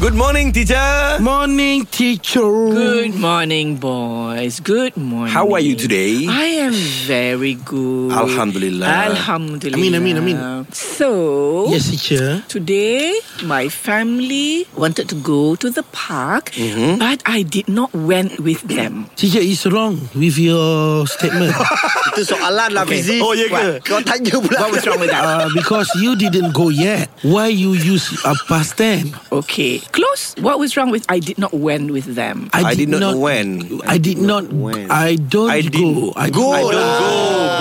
Good morning, teacher. Morning, teacher. Good morning, boys. Good morning. How are you today? I am very good. Alhamdulillah. Alhamdulillah. Amin, amin, amin. So, Yes, teacher. today my family wanted to go to the park, Mm-hmm. but I did not went with them. Teacher is wrong with your statement Itu soalan lah okay. Fizi Oh, ya ke? What? Kau tanya pula What was wrong with that? uh, because you didn't go yet. Why you use a past tense? Okay, close. What was wrong with I did not went with them? I did not went. I did not. went. I don't I go. didn't I Go don't- lah Go,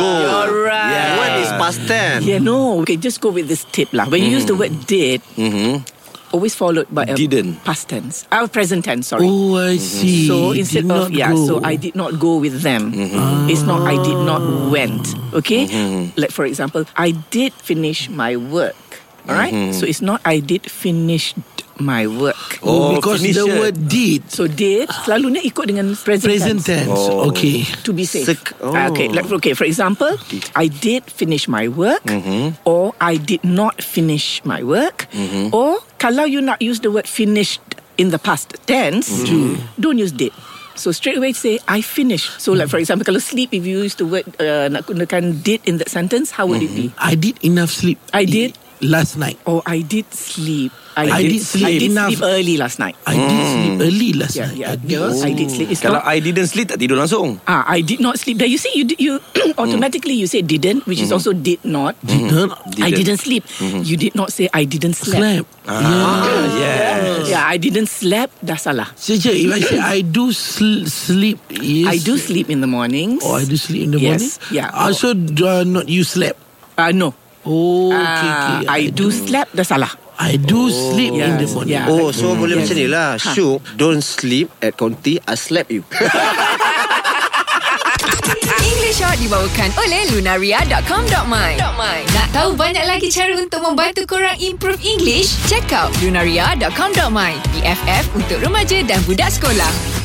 go. All right. yeah. When is past tense Mm-hmm. Yeah, no. Okay, just go with this tip lah. When you use the word did, always followed by a Mm-hmm. Didn't. past tense. Uh, present tense, sorry. Oh, I see. So Did instead not of yeah, go. Mm-hmm. so I did not go with them. It's not I did not went. Okay, like for example, I did finish my work. All right? so it's not I did finished my work. Oh, Mm-hmm. Oh, because finish the it. word did So did selalunya ikut dengan present, present tense. Oh. Okay. To be safe. Sek- oh. Ah, Okay, like, okay. For example, I did finish my work, Mm-hmm. or I did not finish my work, or kalau you not use the word finished in the past tense, Mm-hmm. don't use did. So straight away say I finished. So like for Mm-hmm. example, kalau sleep, if you use the word uh, nak gunakan did in that sentence, how would it be? I did enough sleep. I did. last night. Oh, I did sleep. Mm-hmm. I did I sleep did enough. Oh. sleep early last night. I did sleep early last Yeah, night. yeah. I did. yes, I did sleep. It's Kalau not- I didn't sleep, tak tidur langsung. Ah, I did not sleep. There, you see, you did- you automatically you say didn't, which is also did not. Mm-hmm. Didn't. Mm-hmm. I Didn't. didn't sleep. You did not say I didn't sleep. Slept. Yeah. Ah, Yeah. Yeah, I didn't sleep. Dah salah. Teacher, if I say I do sl- sleep, yes. I do sleep in the mornings. Oh, I do sleep in the Yes, morning. yeah. Also, do I not you slept. Uh, no. Oh, okay, Ah, okay. I do sleep. Dah salah. I do sleep in the yes, morning. yeah. Oh so boleh macam ni lah Syuk Don't sleep at Conti I slap you English Hot dibawakan oleh Lunaria.com.my Nak tahu banyak lagi cara untuk membantu korang improve English? Check out Lunaria.com.my BFF untuk remaja dan budak sekolah.